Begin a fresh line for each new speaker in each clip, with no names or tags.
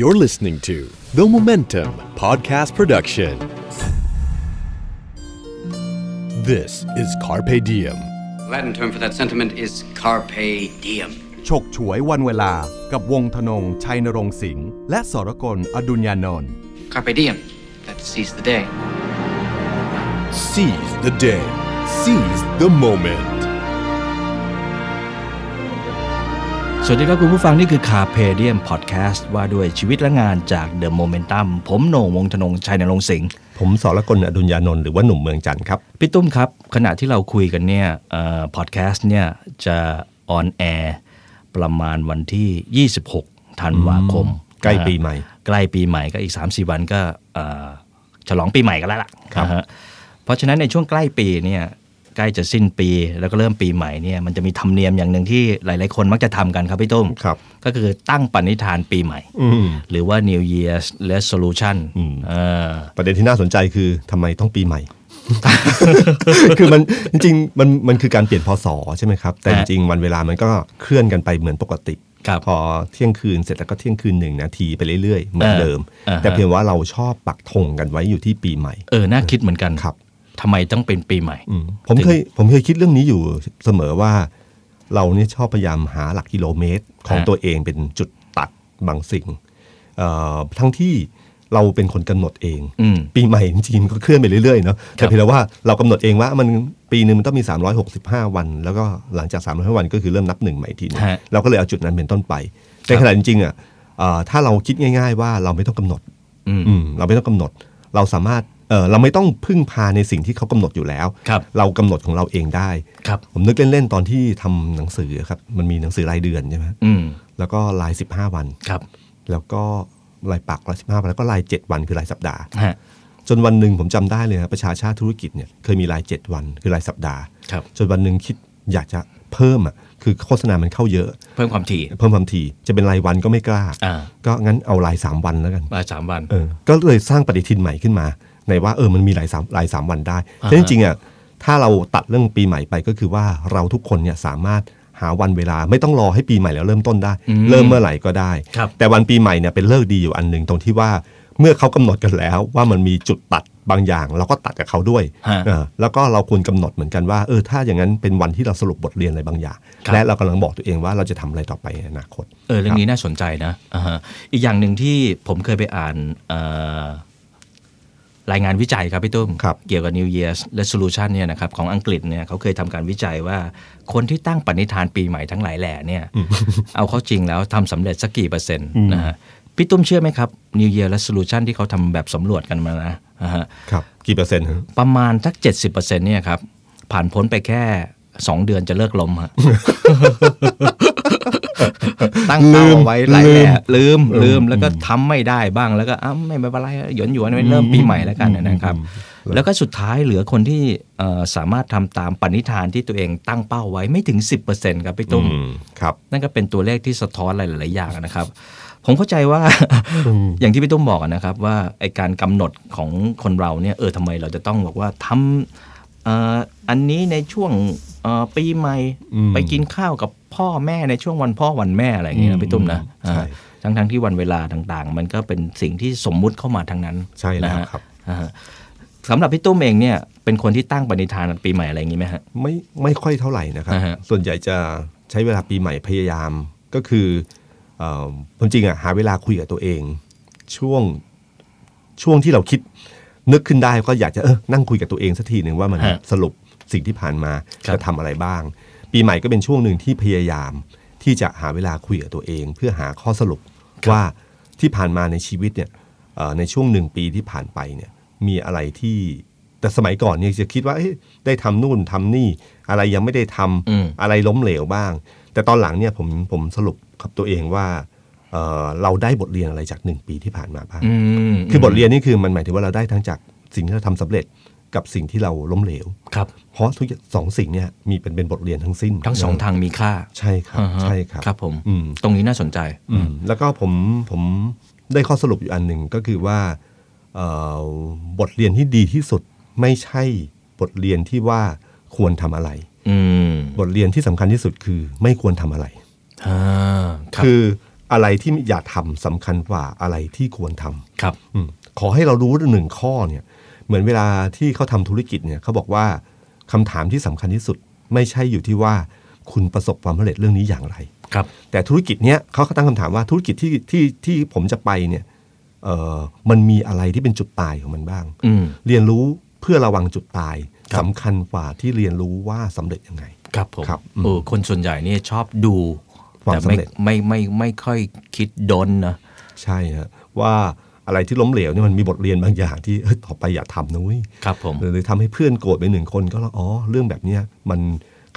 You're listening to The Momentum Podcast Production. This is Carpe Diem.
Latin term for that sentiment is carpe diem.
ฉกฉวยวันเวลากับวงธนง ชัยนรงค์สิงห์และสรกลอดุญญานนท์
Carpe diem. That seize the day.
Seize the day. Seize the moment.
สวัสดีครับคุณผู้ฟังนี่คือคาเพเดียมพอดแคสต์ว่าด้วยชีวิตและงานจาก The Momentum ผมโหน่งวงธนงชัยนรงค์สิงห์
ผมสรกลอดุญญานนท์หรือว่าหนุ่มเมืองจันทร์ครับ
พี่ตุ้มครับ ขณะที่เราคุยกันเนี่ยพอดแคสต์เนี่ยจะออนแอร์ประมาณวันที่ 26 ธันวาคม
ใกล้ปีใหม่
ใกล้ปีใหม่ก็อีก 3-4 วันก็เอ่อฉลองปีใหม่กันแล้วล่ะนะฮะเพราะฉะนั้นในช่วงใกล้ปีเนี่ยใกล้จะสิ้นปีแล้วก็เริ่มปีใหม่เนี่ยมันจะมีธรรมเนียมอย่างหนึ่งที่หลาย ๆ คนมักจะทำกันครับพี่ตุ้ม
ครับ
ก็คือตั้งปณิธานปีใหม่
อืม
หรือว่า New Year's Resolution
อืม
เออ
ประเด็นที่น่าสนใจคือทำไมต้องปีใหม่ คือมันจริงๆมันมันคือการเปลี่ยนพศใช่ไหมครับ แต่จ
ฮะ
ริงๆวันเวลามันก็เคลื่อนกันไปเหมือนปกติ
ครับ
พอเที่ยงคืนเสร็จแล้วก็เที่ยงคืนหนึ่งนาทีไปเรื่อยๆ เหมือน
เออ
เดิม
อ่าฮะ
แต่เพียงว่าเราชอบปักธงกันไว้อยู่ที่ปีใหม่
เออ น่าคิดเหมือนกัน
ครับ
ทำไมต้องเป็นปีใหม่
อืมผมเคยผมเคยคิดเรื่องนี้อยู่เสมอว่า เราเนี่ยชอบพยายามหาหลักกิโลเมตรของ
ฮะ
ตัวเองเป็นจุดตัดบางสิ่งเอ่อทั้งที่เราเป็นคนกำหนดเอง
อืม
ปีใหม่จริงๆมันก็เคลื่อนไปเรื่อยๆเนาะ
ครั
แต่
บ
เพียงแต่ว่าเรากำหนดเองว่ามันปีหนึ่งมันต้องมี 365 วัน แล้วก็หลังจาก 365 วันก็คือเริ่มนับหนึ่งใหม่อีกทีหนึง
ฮะ
เราก็เลยเอาจุดนั้นเป็นต้นไปในขณะจริงๆอ่ะเอ่อถ้าเราคิดง่าย ๆ ว่าเราไม่ต้องกำหนด
อืม
อืมเราไม่ต้องกำหนด เราสามารถเอ่อเราไม่ต้องพึ่งพาในสิ่งที่เขากำหนดอยู่แล้ว
ครับ
เรากำหนดของเราเองได้
ครับ
ผมนึกเล่นๆตอนที่ทำหนังสือครับมันมีหนังสือรายเดือนใช่ไหม
อืม
แล้วก็ราย 15 วัน
ครับ
แล้วก็รายปักราย15วันแล้วก็ราย 7 วันคือรายสัปดาห์
ฮะ
จนวันหนึ่งผมจำได้เลยนะประชาชาติธุรกิจเนี่ยเคยมีราย 7 วันคือรายสัปดาห์
ครับ
จนวันหนึ่งคิดอยากจะเพิ่มอ่ะคือโฆษณามันเข้าเยอะ
เพิ่มความถี่
เพิ่มความถี่จะเป็นรายวันก็ไม่กล้า
อ่า
ก็งั้นเอาราย 3 วันแล้วกัน
มาสามวัน
เออก็เลยสร้างปฏิทินใหม่ขึ้นมา ในว่าเออมันมีรายสามรายสามวันได้
อ่าฮะ
แต่จริงๆอ่ะถ้าเราตัดเรื่องปีใหม่ไปก็คือว่าเราทุกคนเนี่ยสามารถหาวันเวลาไม่ต้องรอให้ปีใหม่แล้วเริ่มต้นได้ เริ่มเมื่อไหร่ก็ได้
ครับ
แต่วันปีใหม่เนี่ยเป็นเลิกษ์ดีอยู่อันหนึ่งตรงที่ว่าเมื่อเขากำหนดกันแล้วว่ามันมีจุดตัดบางอย่าง เราก็ตัดกับเขาด้วย
ฮะ
เออแล้วก็เราควรกำหนดเหมือนกันว่าเออถ้าอย่างนั้นเป็นวันที่เราสรุปบทเรียนอะไรบางอย่าง
ครับ
และเรากำลังบอกตัวเองว่าเราจะทำอะไรต่อไปในอนาคต
เออเรื่องนี้น่าสนใจนะอ่าฮะอีกอย่างหนึ่งที่ผมเคยไปอ่านเอ่อรายงานวิจัยครับพี่ตุ้ม
ครับ
เกี่ยวกับ New Year's Resolution เนี่ยนะครับของอังกฤษเนี่ยเขาเคยทำการวิจัยว่าคนที่ตั้งปณิธานปีใหม่ทั้งหลายแหล่เนี่ย เอาเข้าจริงแล้วทำสำเร็จสักกี่เปอร์เซ็นต์นะฮะพี่ตุ้มเชื่อไหมครับ New Year Resolution ที่เขาทำแบบสำรวจกันมานะอ่าฮะ
ครับกี่เปอร์เซ็นต์ฮะ
ประมาณสัก 70%เนี่ยครับผ่านพ้นไปแค่ 2 เดือนจะเลิกล้มฮ ะ ตั้งเป้าเอาไว้หลายแหล่ลืมลืมแล้วก็ทำไม่ได้บ้างแล้วก็อ้าวไม่เป็นไรหยวนหยวนเริ่มปีใหม่แล้วกันนะครับ แล้วก็สุดท้ายเหลือคนที่เอ่อสามารถทำตามปณิธานที่ตัวเองตั้งเป้าไว้ไม่ถึง 10%ครับพี่ตุ้ม
อืมครับ
นั่นก็เป็นตัวเลขที่สะท้อนหลาย ๆ อย่างนะครับ ผมเข้าใจว่า อย่างที่พี่ตุ้มบอกอะนะครับ ว่าไอการกำหนดของคนเราเนี่ยเออทำไมเราจะต้องบอกว่าทำเอ่ออันนี้ในช่วงเอ่อปีใหม่
อืม
ไปกินข้าวกับพ่อแม่ในช่วงวันพ่อวันแม่อะไรอย่างเงี้ยนะพี่ตุ้มนะอ่
ใช่
าทั้งๆที่วันเวลาต่าง ๆ มันก็เป็นสิ่งที่สมมุติเข้ามาทั้งนั้น
ใช่แล้ว
นะฮะ
ครับ
อ่าฮะสำหรับพี่ตุ้มเองเนี่ยเป็นคนที่ตั้งปณิธานปีใหม่อะไรอย่างงี้ไหมฮะ
ไม่ไม่ค่อยเท่าไหร่นะครับ
อ่าฮะ
ส่วนใหญ่จะใช้เวลาปีใหม่พยายามก็คือเอ่อผมจริงอะหาเวลาคุยกับตัวเอง ช่วงช่วงที่เราคิดนึกขึ้นได้ก็อยากจะเออนั่งคุยกับตัวเองสักทีหนึ่งว่ามัน
ฮะ
สรุปสิ่งที่ผ่านมา
ครับ
จะทำอะไรบ้าง ปีใหม่ก็เป็นช่วงหนึ่งที่พยายามที่จะหาเวลาคุยกับตัวเอง เพื่อหาข้อสรุปว่าที่ผ่านมาในชีวิตเนี่ยเอ่อในช่วงหนึ่งปีที่ผ่านไปเนี่ยมีอะไรที่ แต่สมัยก่อนเนี่ยจะคิดว่าเอ๊ะได้ทำนู่นทำนี่ อะไรยังไม่ได้ทำ
อืม
อะไรล้มเหลวบ้าง แต่ตอนหลังเนี่ยผมผมสรุปกับตัวเองว่าเอ่อเราได้บทเรียนอะไรจากหนึ่งปีที่ผ่านมาบ้าง
อืม
คือบทเรียนนี่คือมันหมายถึงว่าเราได้ทั้งจากสิ่งที่เราทำสำเร็จกับสิ่งที่เราล้มเหลว
ครับ
เพราะทุกอย่างสองสิ่งเนี่ยมีเป็นเป็นบทเรียนทั้งสิ้น
ทั้งสองทางมีค่า
ใช่ครับ
อ่าฮะ
ใช่ครับ
ครับผม
อืม
ตรงนี้น่าสนใจ
อืมแล้วก็ผมผมได้ข้อสรุปอยู่อันหนึ่งก็คือว่าเอ่อบทเรียนที่ดีที่สุดไม่ใช่บทเรียนที่ว่าควรทำอะไร
อืม
บทเรียนที่สำคัญที่สุดคือไม่ควรทำอะไร
อ่าครับ
คือ อะไรที่อย่าทำสำคัญกว่าอะไรที่ควรทำ
ครับ
อืมขอให้เรารู้หนึ่งข้อเนี่ย เหมือนเวลาที่เขาทำธุรกิจเนี่ยเขาบอกว่าคำถามที่สำคัญที่สุด ไม่ใช่อยู่ที่ว่าคุณประสบความสำเร็จเรื่องนี้อย่างไร
ครับ
แต่ธุรกิจเนี้ยเขาก็ตั้งคำถามว่าธุรกิจที่ที่ที่ผมจะไปเนี่ยเออมันมีอะไรที่เป็นจุดตายของมันบ้าง
อืม
เรียนรู้เพื่อระวังจุดตาย
ครับ
สำคัญกว่าที่เรียนรู้ว่าสำเร็จยังไง
ครับผม
ครับอืม
เออคนส่วนใหญ่เนี่ยชอบดู
ความ
แต่ไม่
สำเร็จ
ไม่ไม่ไม่ค่อยคิดดนนะ
ใช่ฮะว่าอะไรที่ล้มเหลวเนี่ยมันมีบทเรียนบางอย่างที่เอ้ยต่อไปอย่าทำนะเว้ย
ครับผม
หรือทำให้เพื่อนโกรธไปหนึ่งคนก็แล้วอ๋อ เรื่องแบบเนี้ยมัน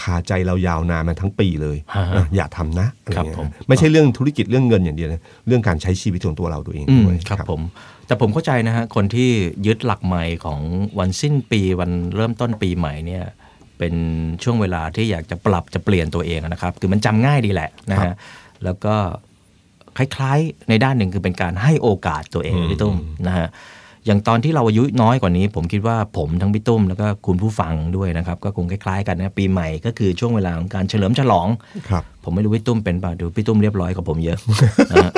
คาใจเรายาวนานมาทั้งปีเลย
ฮะฮะ
อ่ะอย่าทำนะอะ
ครับ
ไเงี้ย
ผม
ไม่ใช่เรื่องธุรกิจเรื่องเงินอย่างเดียวนะเรื่องการใช้ชีวิตของตัวเราตัวเอง
อืม
ด้วย
ครับผม แต่ผมเข้าใจนะฮะ คนที่ยึดหลักใหม่ของวันสิ้นปีวันเริ่มต้นปีใหม่เนี่ย เป็นช่วงเวลาที่อยากจะปรับจะเปลี่ยนตัวเองนะครับ คือมันจำง่ายดีแหละนะฮะ แล้วก็คล้ายๆในด้านหนึ่งคือเป็นการให้โอกาสตัวเองพี่ตุ้มนะฮะ อย่างตอนที่เราอายุน้อยกว่านี้ ผมคิดว่าผมทั้งพี่ตุ้มแล้วก็คุณผู้ฟังด้วยนะครับ ก็คงคล้ายๆกันนะปีใหม่ก็คือช่วงเวลาของการเฉลิมฉลอง
ครับ
ผมไม่รู้พี่ตุ้มเป็นเปล่ะดูพี่ตุ้มเรียบร้อยกว่าผมเยอะ นะฮะ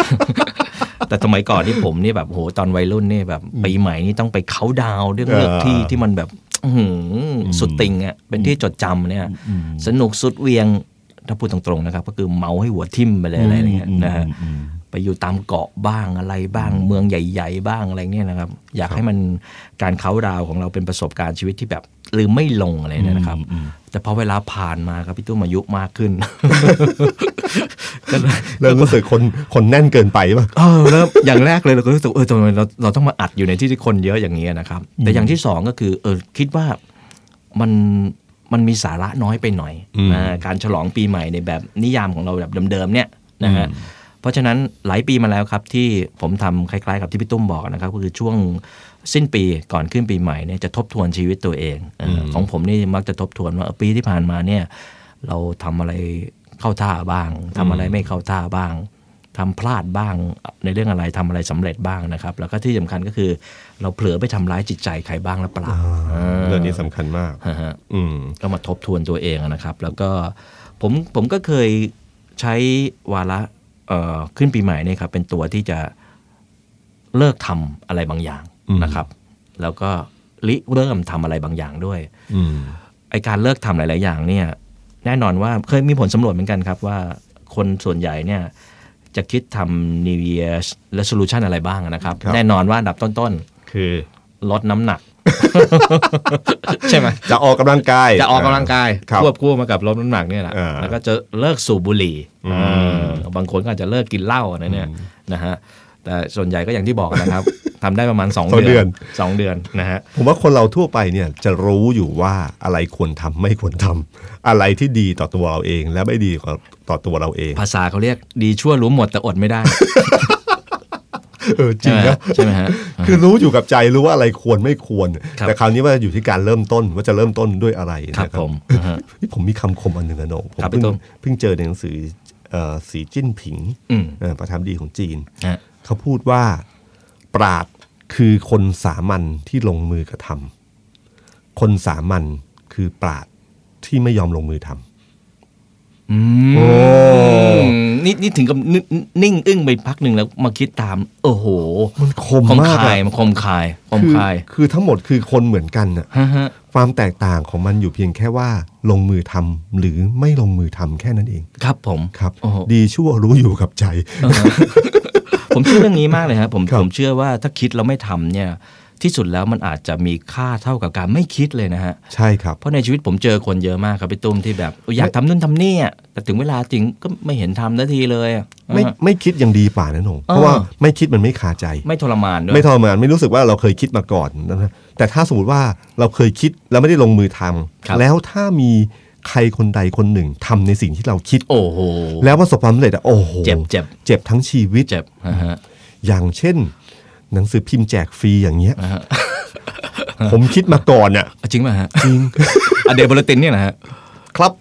แต่สมัยก่อนที่ผมนี่แบบโหตอนวัยรุ่นนี่แบบปีใหม่นี่ต้องไปเขาน์ดาวน์เรื่องเลือก
เออ
ที่ที่มันแบบอื้อหือสุดติงอ่ะเป็นที่จดจำเนี่ย สนุกสุดเวียงถ้าพูดตรงๆนะครับ ก็คือเมาให้หัวทิ่มไปเลยอะไรอย่างเงี้ยนะฮะไปอยู่ตามเกาะบ้างอะไรบ้างเมืองใหญ่ ๆ บ้างอะไรเงี้ยนะครับ อยากให้มันการเขาน์ดาวน์ของเราเป็นประสบการณ์ชีวิตที่แบบลืมไม่ลงอะไรเนี่ยนะครับ แต่พอเวลาผ่านมาครับพี่ตุ้มอายุมากขึ้น ก็เลย
เริ่มรู้สึกคนคนแน่นเกินไปป่ะ
เออแล้วอย่างแรกเลยเราก็รู้สึกเออทำไมเราเราต้องมาอัดอยู่ในที่ที่คนเยอะอย่างนี้นะครับ แต่อย่างที่สองก็คือเออคิดว่ามันมันมีสาระน้อยไปหน่อย
อืม
นะการฉลองปีใหม่ในแบบนิยามของเราแบบเดิมๆเนี่ยนะฮะเพราะฉะนั้นหลายปีมาแล้วครับที่ผมทำคล้ายๆกับที่พี่ตุ้มบอกนะครับก็คือช่วงสิ้นปีก่อนขึ้นปีใหม่เนี่ยจะทบทวนชีวิตตัวเองเอออของผมนี่มักจะทบทวนว่าเออปีที่ผ่านมาเนี่ยเราทำอะไรเข้าท่าบ้างทำอะไรไม่เข้าท่าบ้าง ทำพลาดบ้างในเรื่องอะไรทำอะไรสำเร็จบ้างนะครับ แล้วก็ที่สำคัญก็คือ เราเผลอไปทำร้ายจิตใจใครบ้างหรือเปล่า
เรื่องนี้สำคัญมาก
ฮะ
อืม
ก็มาทบทวนตัวเองนะครับ แล้วก็ผมผมก็เคยใช้วาระเอ่อขึ้นปีใหม่เนี่ยครับเป็นตัวที่จะเลิกทำอะไรบางอย่าง
อืม
นะครับ แล้วก็ริเริ่มทำอะไรบางอย่างด้วย
อืม
ไอการเลิกทำหลาย ๆ อย่างเนี่ยแน่นอนว่าเคยมีผลสำรวจเหมือนกันครับว่าคนส่วนใหญ่เนี่ยจะคิดทำ New Year Resolution อะไรบ้างนะครับ
ครับ
แน่นอนว่าอันดับต้น
คือ
ๆ ลดน้ำหนัก ใช่ไหม
จะออกกำลังกาย
จะออกกำลังกาย
ครับ
ควบคู่มากับลดน้ำหนักเนี่ยแหละ
อ่า
แล้วก็จะเลิกสูบบุหรี่เออบางคนก็อาจจะเลิกกินเหล้าอะไรเนี่ยนะฮะแต่ส่วนใหญ่ก็อย่างที่บอก นะครับ ทำได้ประมาณสอง
สองเดื
เดื
อ
อน นสองเดือนนะฮะ
ผมว่าคนเราทั่วไปเนี่ยจะรู้อยู่ว่าอะไรควรทำไม่ควรทำอะไรที่ดีต่อตัวเราเอง และไม่ดีต่อตัวเราเอง
ภาษาเขาเรียกดีชั่วรู้หมดแต่อดไม่ได้
เออ จริงนะ
ใช่ไหมฮะ
คือรู้อยู่กับใจรู้ว่าอะไรควรไม่ควร
ครับ
แต่คราวนี้ว่าอยู่ที่การเริ่มต้นว่าจะเริ่มต้นด้วยอะไร
ใช่ไหมฮะครับ
นะ
ผมอ่าฮะ
นี่ผมมีคำคมอันหนึ่งนะโหนงผม
ครับพี่
เพิ่ง
ตุ้ม
เพิ่งเจอในหนังสือเอ่อสีจิ้นผิง
อืม
เอ่อประธานดีของจีน
ฮะ
เขาพูดว่าปราดคือคนสามัญที่ลงมือกระทำคนสามัญคือปราดที่ไม่ยอมลงมือทำโอ้
อืมนี่นี่ถึงกับนึกนิ่งอึ้งไปพักหนึ่งแล้วมาคิดตาม โอ้โห
มันคม
คม
มาก
คาย
อะ
มันคมคายคม
คือ
คาย
คือทั้งหมดคือคนเหมือนกันอะ
ฮะฮะ
ความแตกต่างของมันอยู่เพียงแค่ว่าลงมือทำหรือไม่ลงมือทำแค่นั้นเอง
ครับผม
ครับ
โอ้โห
ดีชั่วรู้อยู่กับใจ
ผมเชื่อเรื่องนี้มากเลยครับผม
ครับ
ผมเชื่อว่าถ้าคิดแล้วไม่ทำเนี่ย ที่สุดแล้วมันอาจจะมีค่าเท่ากับการไม่คิดเลยนะฮะ
ใช่ครับ
เพราะในชีวิตผมเจอคนเยอะมากครับพี่ตุ้มที่แบบอยากทำนู่นทำนี่อะแต่ถึงเวลาจริงก็ไม่เห็นทำนาทีเลยอะ
ไม่ไม่คิดยังดีป่านะหนงเพราะ
เออ
ว่าไม่คิดมันไม่คาใจ
ไม่ทรมานด้วย
ไม่ทรมานไม่รู้สึกว่าเราเคยคิดมาก่อนนะแต่ถ้าสมมติว่าเราเคยคิดแล้วไม่ได้ลงมือทำ
ครับ
แล้วถ้ามีใครคนใดคนหนึ่งทำในสิ่งที่เราคิด
โอ้โห
แล้วประสบความสำเร็จอะโอ้โห
เจ็บเจ็บ
เจ็บทั้งชีวิต
เจ็บฮะฮะ
อย่างเช่น หนังสือพิมพ์แจกฟรีอย่างเงี้ยผมคิดมาก่อนอ่ะ
อ่ะจริงป่ะฮะ จริง อะเดโบลตินเนี่ยนะฮะ
ครับ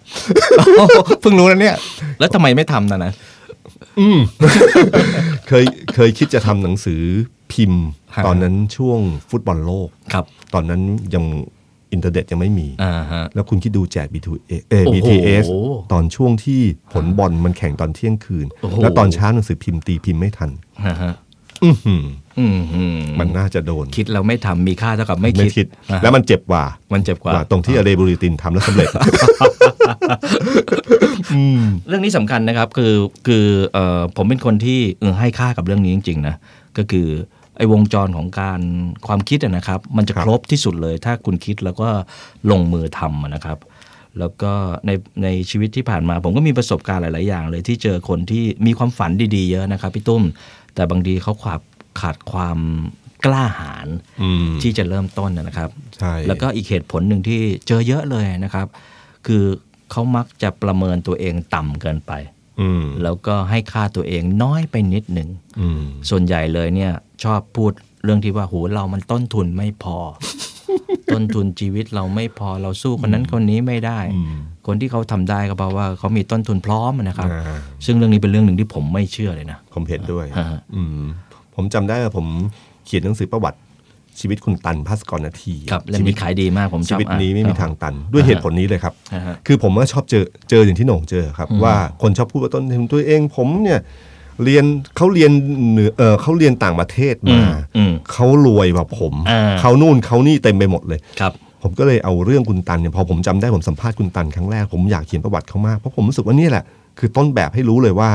เพิ่งรู้นะเนี่ย
แล้วทำไมไม่ทำนะนะ
เคยเคยคิดจะทำหนังสือพิมพ์
ฮะ
ตอนนั้นช่วงฟุตบอลโลก
ครับ
ตอนนั้นยัง อินเทอร์เน็ตยังไม่มี
อ่าฮะ
แล้วคุณคิดดูแจก B2A เอ่อ
โอ้โห
BTS ตอนช่วงที่ผลบอลมันแข่งตอนเที่ยงคืน
โอ้โห
แล้วตอนเช้าหนังสือพิมพ์ตีพิมพ์ไม่ทัน
อ่าฮะ
อื้อหือ
อืมฮึ
มันน่าจะโดน
คิดแล้วไม่ทำมีค่าเท่ากับไม่
ไม่คิ
คิ
ด
ดอ่าฮะ
แล้วมันเจ็บกว่า
มันเจ็บกว่า
กว่าตรงที่อเรบูริตินทำแล้ว สำเร็จ
เรื่องนี้สำคัญนะครับคือคือเอ่อผมเป็นคนที่เออให้ค่ากับเรื่องนี้จริงๆนะก็คือไอ้วงจรของการความคิดอะนะครับ มันจะ
ครับ
ครบที่สุดเลย ถ้าคุณคิดแล้วก็ลงมือทำอะนะครับ แล้วก็ในในชีวิตที่ผ่านมา ผมก็มีประสบการณ์หลาย ๆ อย่างเลยที่เจอคนที่มีความฝันดีๆ เยอะนะครับพี่ตุ้ม แต่บางทีเขาขาดขาดความกล้าหาญ
อืม
ที่จะเริ่มต้นอะนะครับ
ใช่
แล้วก็อีกเหตุผลหนึ่งที่เจอเยอะเลยนะครับ คือเขามักจะประเมินตัวเองต่ำเกินไป
อืม
แล้วก็ให้ค่าตัวเองน้อยไปนิดหนึ่ง
อืม
ส่วนใหญ่เลยเนี่ยชอบพูดเรื่องที่ว่าโหเรามันต้นทุนไม่พ อ ต้นทุนชีวิตเราไม่พอเราสู้คนนั้นคนนี้ไม่ได้ คนที่เขาทำได้ก็เพราะว่าเขามีต้นทุนพร้อมนะครับ
อ่า
ซึ่งเรื่องนี้เป็นเรื่องหนึ่งที่ผมไม่เชื่อเลยนะ
ผมเห็นด้วย
อ่าฮะ
อืมผมจำได้ว่าผมเขียนหนังสือประวัติ ชีวิตคุณตันพัสกรนาที
ครับเล่มนี้
ชีวิต
ขายดีมากผมชอบ
ชีวิต
อ่าน
นี้ไม่
ค
มี
รับ
ทางตัน ด้วย
อ่าฮะ
เหตุผลนี้เลยครับ
อ่าฮะ
คือผมว่าชอบเจอเจออย่างที่โหน่งเจอครับ ว่าคนชอบพูดว่าต้นทุนตัวเองผมเนี่ยเรียนเขาเรียนเหนือเออเขาเรียนต่างประเทศมา
อืมอืม
เขารวยแบบผม
อ่า
เขานู่นเขานี่เต็มไปหมดเลย
ครับ
ผมก็เลยเอาเรื่องคุณตันเนี่ยพอผมจำได้ผมสัมภาษณ์คุณตันครั้งแรกผมอยากเขียนประวัติเขามาก เพราะผมรู้สึกว่านี่แหละ คือต้นแบบให้รู้เลยว่า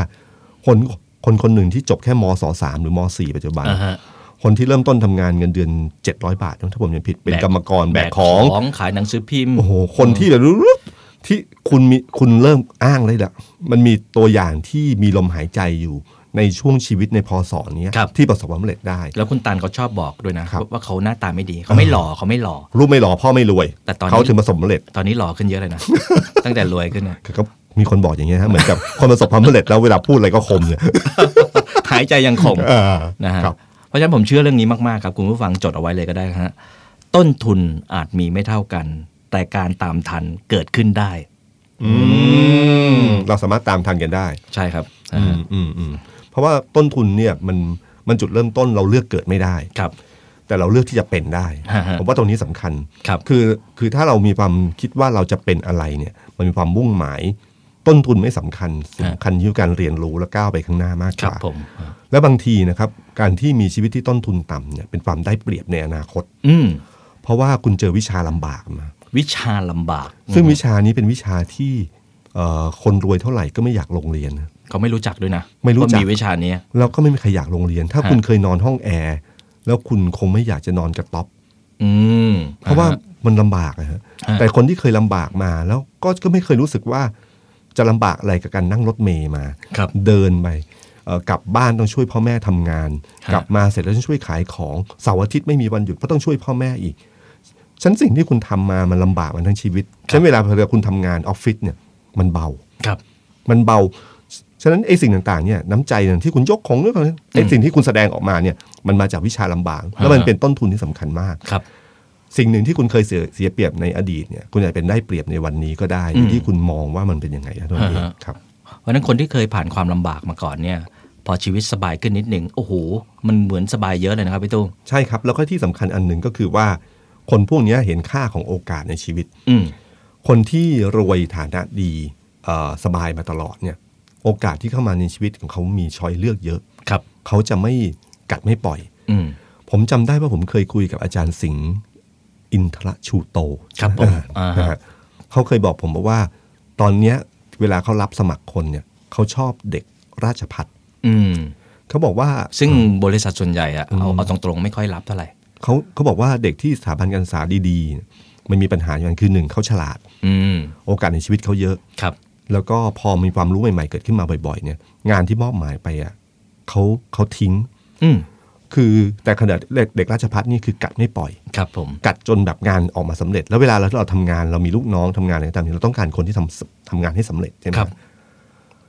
คนคนคนหนึ่งที่จบแค่มศสามหรือมสี่ปัจจุบัน
อ่าฮะ
คนที่เริ่มต้นทำงานเงินเดือน 700 บาทถ้าผมยังผิดเป็นกรรมกรแบกของ
ขายหนังสือพิมพ์
โอ้โห คนที่แบบรู้ที่คุณมีคุณเริ่มอ้างเลยแหละมันมีตัวอย่างที่มีลมหายใจอยู่ในช่วงชีวิตในพศเนี้ย
ครับ
ที่ประสบความสำเร็จได้
แล้วคุณตันเขาชอบบอกด้วยนะครับ ว่าเขาหน้าตาไม่ดีเขาไม่หล่อเขาไม่หล่อ
รูปไม่หล่อพ่อไม่รวย
แต่ตอนนี้
เขาถึงประสบความสำเร็จ
ตอนนี้หล่อขึ้นเยอะเลย นะ ตั้งแต่รวยขึ้นเนี่ย
ก็มีคนบอกอย่างเงี้ยฮะเหมือนกับ คนประสบความสำเร็จแล้วเวลาพูดอะไรก็คม เนี่ย
หายใจยังคง
อ่า
นะฮะ
ครับ
เพราะฉะนั้นผมเชื่อเรื่องนี้มากๆครับ คุณผู้ฟังจดเอาไว้เลยก็ได้นะฮะต้นทุนอาจมีไม่เท่ากัน แต่การตามทันเกิดขึ้นได้
เราสามารถตามทันกันได้
ใช่ครับ
อืมอืมอืมเพราะว่าต้นทุนเนี่ยมันมันจุดเริ่มต้นเราเลือกเกิดไม่ได้
ครับ
แต่เราเลือกที่จะเป็นได้
ฮะฮะ
ผมว่าตรงนี้สำคัญ
ครับ
คือคือถ้าเรามีความคิดว่าเราจะเป็นอะไรเนี่ย มันมีความมุ่งหมาย ต้นทุนไม่สำคัญสำคัญอยู่การเรียนรู้และก้าวไปข้างหน้ามากกว่า
ครับผม
และบางทีนะครับ การที่มีชีวิตที่ต้นทุนต่ำเนี่ยเป็นความได้เปรียบในอนาคต
อืม
เพราะว่าคุณเจอวิชาลำบากมา
วิชาลำบาก
ซึ่งวิชานี้เป็นวิชาที่เอ่อคนรวยเท่าไหร่ก็ไม่อยากลงเรียนนะ
เขาไม่รู้จักด้วยนะ
ไม่รู้จัก
ว่ามีวิชานี้
แล้วก็ไม่มีใครอยากลงเรียน ถ้า
ฮะ
คุณเคยนอนห้องแอร์แล้วคุณคงไม่อยากจะนอนกระต๊อบ
อืม
เพราะว่ามันลำบากนะฮะ
ฮะ
แต่คนที่เคยลำบากมาแล้วก็ก็ไม่เคยรู้สึกว่าจะลำบากอะไรกับการนั่งรถเมย์มา
ครับ
เดินไปเอ่อกลับบ้านต้องช่วยพ่อแม่ทำงาน
ฮะ
กลับมาเสร็จแล้วฉันช่วยขายของเสาร์อาทิตย์ไม่มีวันหยุดเพราะต้องช่วยพ่อแม่อีกฉันสิ่งที่คุณทำมามันลำบากมันทั้งชีวิตฉันเวลาเวลาคุณทำงานออฟฟิศเนี่ยมันเบา
ครับ
มันเบา ฉะนั้นไอ้สิ่งต่างๆเนี่ยน้ำใจเนี่ยที่คุณยกของด้วยกันไอ้สิ่งที่คุณแสดงออกมาเนี่ยมันมาจากวิชาลำบาก แล้วมัน
อ่า
เป็นต้นทุนที่สำคัญมาก
ครับ
สิ่งหนึ่งที่คุณเคยเสียเสียเปรียบในอดีตเนี่ยคุณอาจเป็นได้เปรียบในวันนี้ก็ได้อยู่ที่คุณมองว่ามันเป็นยังไงนะตัวเอง
อ่าฮะ
ครับ
เพราะฉะนั้นคนที่เคยผ่านความลำบากมาก่อนเนี่ย พอชีวิตสบายขึ้นนิดหนึ่งโอ้โหมันเหมือนสบายเยอะเลยนะครับพี่ตุ้ม
ใช่ครับ แล้วก็ที่สำคัญอันหนึ่งก็คือว่า คนพวกเนี้ยเห็นค่าของโอกาสในชีวิต
อืม
คนที่รวยฐานะดีเอ่อสบายมาตลอดเนี่ยโอกาสที่เข้ามาในชีวิตของเขามีช้อยเลือกเยอะ
ครับ
เขาจะไม่กัดไม่ปล่อย
อืม
ผมจำได้ว่าผมเคยคุยกับอาจารย์สิงห์อินทรชูโต
ครับผม
อ่า
อ่าฮะ
นะฮะเขาเคยบอกผมว่า ตอนเนี้ยเวลาเขารับสมัครคนเนี่ยเขาชอบเด็กราชพัฒ
อืม
เขาบอกว่า
ซึ่งบริษัทส่วนใหญ่อะเอาเอาตรงๆไม่ค่อยรับเท่าไหร่
เขาเขาบอกว่าเด็กที่สถาบันการศึกษาดีๆเนี่ยมันมีปัญหาอย่างคือหนึ่งเขาฉลาด
อืม
โอกาสในชีวิตเขาเยอะ
ครับ
แล้วก็พอมีความรู้ใหม่ๆเกิดขึ้นมาบ่อยๆเนี่ยงานที่มอบหมายไปอ่ะเขาเขาทิ้ง
อืม
คือแต่ขณะเด็กเด็กราชพัฒนี่คือกัดไม่ปล่อย
ครับผม
กัดจนแบบงานออกมาสำเร็จ แล้วเวลาเราเราทำงานเรามีลูกน้องทำงานอะไรต่างๆเราต้องการคนที่ทำทำงานให้สำเร็จใช่ไหม
ครับ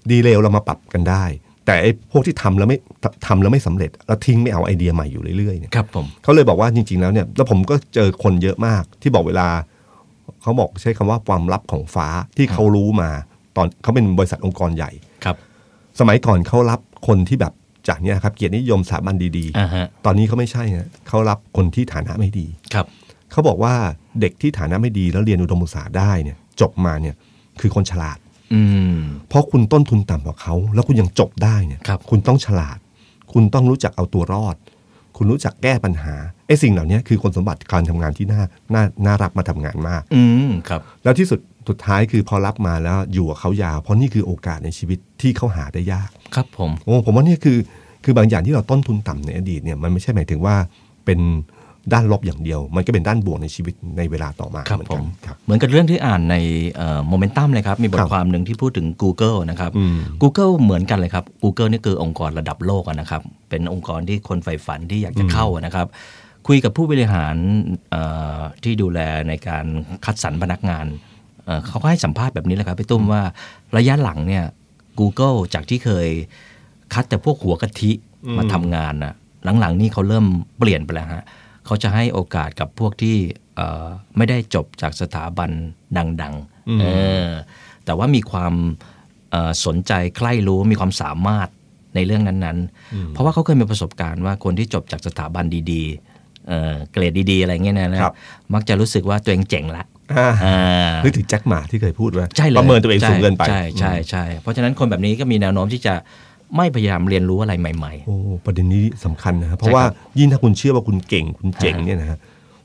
ดีเลวเรามาปรับกันได้ แต่ไอ้พวกที่ทำแล้วไม่ททำแล้วไม่สำเร็จแล้วทิ้งไม่เอาไอเดียใหม่อยู่เรื่อยๆเนี่ย
ครับผม
เขาเลยบอกว่าจริง ๆแล้วเนี่ยแล้วผมก็เจอคนเยอะมากที่บอกเวลา เขาบอกใช้คำว่าความลับของฟ้าที่เขารู้มา ตอนเขาเป็นบริษัทองค์กรใหญ่
ครับ
สมัยก่อนเขารับคนที่แบบจากเนี่ยครับเกียรตินิยมสถาบันดี
อ่าฮะ
ๆ ตอนนี้เขาไม่ใช่นะเขารับคนที่ฐานะไม่ดี
ครับ
เขาบอกว่า เด็กที่ฐานะไม่ดีแล้วเรียนอุดมศึกษาได้เนี่ยจบมาเนี่ยคือคนฉลาด
อืม
เพราะคุณต้นทุนต่ำกว่าเขา แล้วคุณยังจบได้เนี่ย
ครับ
ณต้องฉลาด คุณต้องรู้จักเอาตัวรอด คุณรู้จักแก้ปัญหาไอ้สิ่งเหล่านี้คือคนสมบัติการทำงานที่น่าน่าน่ารักมาทำงานมาก
อืมครับ
แล้วที่สุดสุดท้ายคือพอรับมาแล้วอยู่กับเขายาว เพราะนี่คือโอกาสในชีวิตที่เขาหาได้ยาก
ครับผม
โอ้ผมว่าเนี่ยคือคือบางอย่างที่เราต้นทุนต่ำในอดีตเนี่ยมันไม่ใช่หมายถึงว่าเป็นด้านลบอย่างเดียว มันก็เป็นด้านบวกในชีวิตในเวลาต่อมา
ครับ
เหมือน
ผ
กั
ม
นครับ
เหมือนกับเรื่องที่อ่านในโมเมนตัมเลยครับ มีบ
ค
ท
รับ
ความหนึ่งที่พูดถึง Google นะครับ
อืม
Google เหมือนกันเลยครับ Google นี่คือองค์กรระดับโลกอะนะครับ เป็นองค์กรที่คนใฝ่ฝันที่อยากจะเข้าอะนะครับ คุยกับผู้บริหารเอ่อที่ดูแลในการคัดสรรพนักงานเอ่อเขาก็ให้สัมภาษณ์แบบนี้แหละครับพี่ตุ้มว่าระยะหลังเนี่ย Google จากที่เคยคัดแต่พวกหัวกะทิมาทำงานนะหลังๆ นี่เขาเริ่มเปลี่ยนไปแล้วฮะเขาจะให้โอกาสกับพวกที่เอ่อไม่ได้จบจากสถาบันดังๆเออแต่ว่ามีความเอ่อสนใจใคร่รู้มีความสามารถในเรื่องนั้นๆ เพราะว่าเขาเคยมีประสบการณ์ว่าคนที่จบจากสถาบันดีๆเอ่อเกรดดีๆ อะไรเงี้ยนะนะครับ มักจะรู้สึกว่าตัวเองเจ๋งละ
อ่า
อ่า
นึกถึงแจ็คหมาที่เคยพูดว่า
ใช่เลย
ประเมินตัวเองสูงเกินไป
ใช่ใช่ใช่เพราะฉะนั้นคนแบบนี้ก็มีแนวโน้มที่จะไม่พยายามเรียนรู้อะไรใหม่
โอ้ประเด็นนี้สำคัญนะครับเพ
ใช่ค
ราะ
รับ
ว่ายิ่งถ้าคุณเชื่อว่าคุณเก่งคุณเจ๋ง
ฮะ
เนี่ยนะฮะ